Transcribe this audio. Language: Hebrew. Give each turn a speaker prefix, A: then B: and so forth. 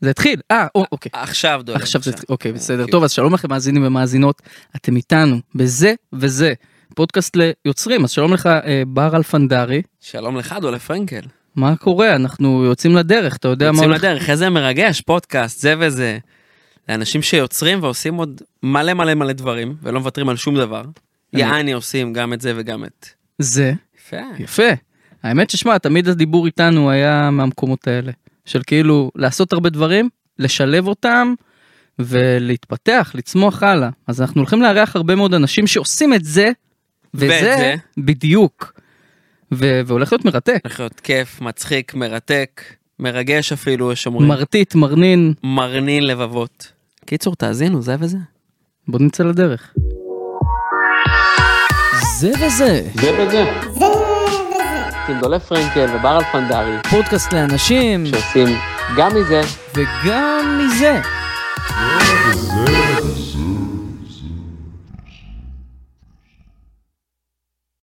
A: זה התחיל, אה, או, אוקיי.
B: עכשיו דולר.
A: עכשיו זה התחיל, אוקיי, בסדר.
B: אוקיי.
A: טוב, אז שלום לכם מאזינים ומאזינות, אתם איתנו בזה וזה, פודקאסט ליוצרים, אז שלום לך אה, בר אלפנדרי,
B: שלום לך דולר פרנקל.
A: מה קורה? אנחנו יוצאים לדרך, אתה יודע מה
B: יוצאים
A: הולך?
B: לדרך, איזה מרגש, פודקאסט, זה וזה. לאנשים שיוצרים ועושים עוד מלא מלא מלא דברים, ולא מוותרים על שום דבר.
A: אני-
B: יעני עושים גם את זה וגם את...
A: זה,
B: יפה.
A: יפה. האמת ששמע, תמיד הדיבור איתנו היה מהמקומות האלה, של כאילו לעשות הרבה דברים, לשלב אותם ולהתפתח, לצמוח הלאה. אז אנחנו הולכים לארח הרבה מאוד אנשים שעושים את זה, וזה,
B: ואת זה.
A: בדיוק. ו- והולך להיות מרתק,
B: הולך להיות כיף, מצחיק, מרתק, מרגש אפילו, יש אומרים.
A: מרטיט, מרנין,
B: מרנין לבבות. קיצור, תאזינו, זה וזה.
A: בוא נצא לדרך. זה וזה,
B: זה וזה. עם דולף פרנקל ובר אלפנדרי,
A: פודקאסט לאנשים,
B: שעושים גם מזה
A: וגם מזה.
C: Zero.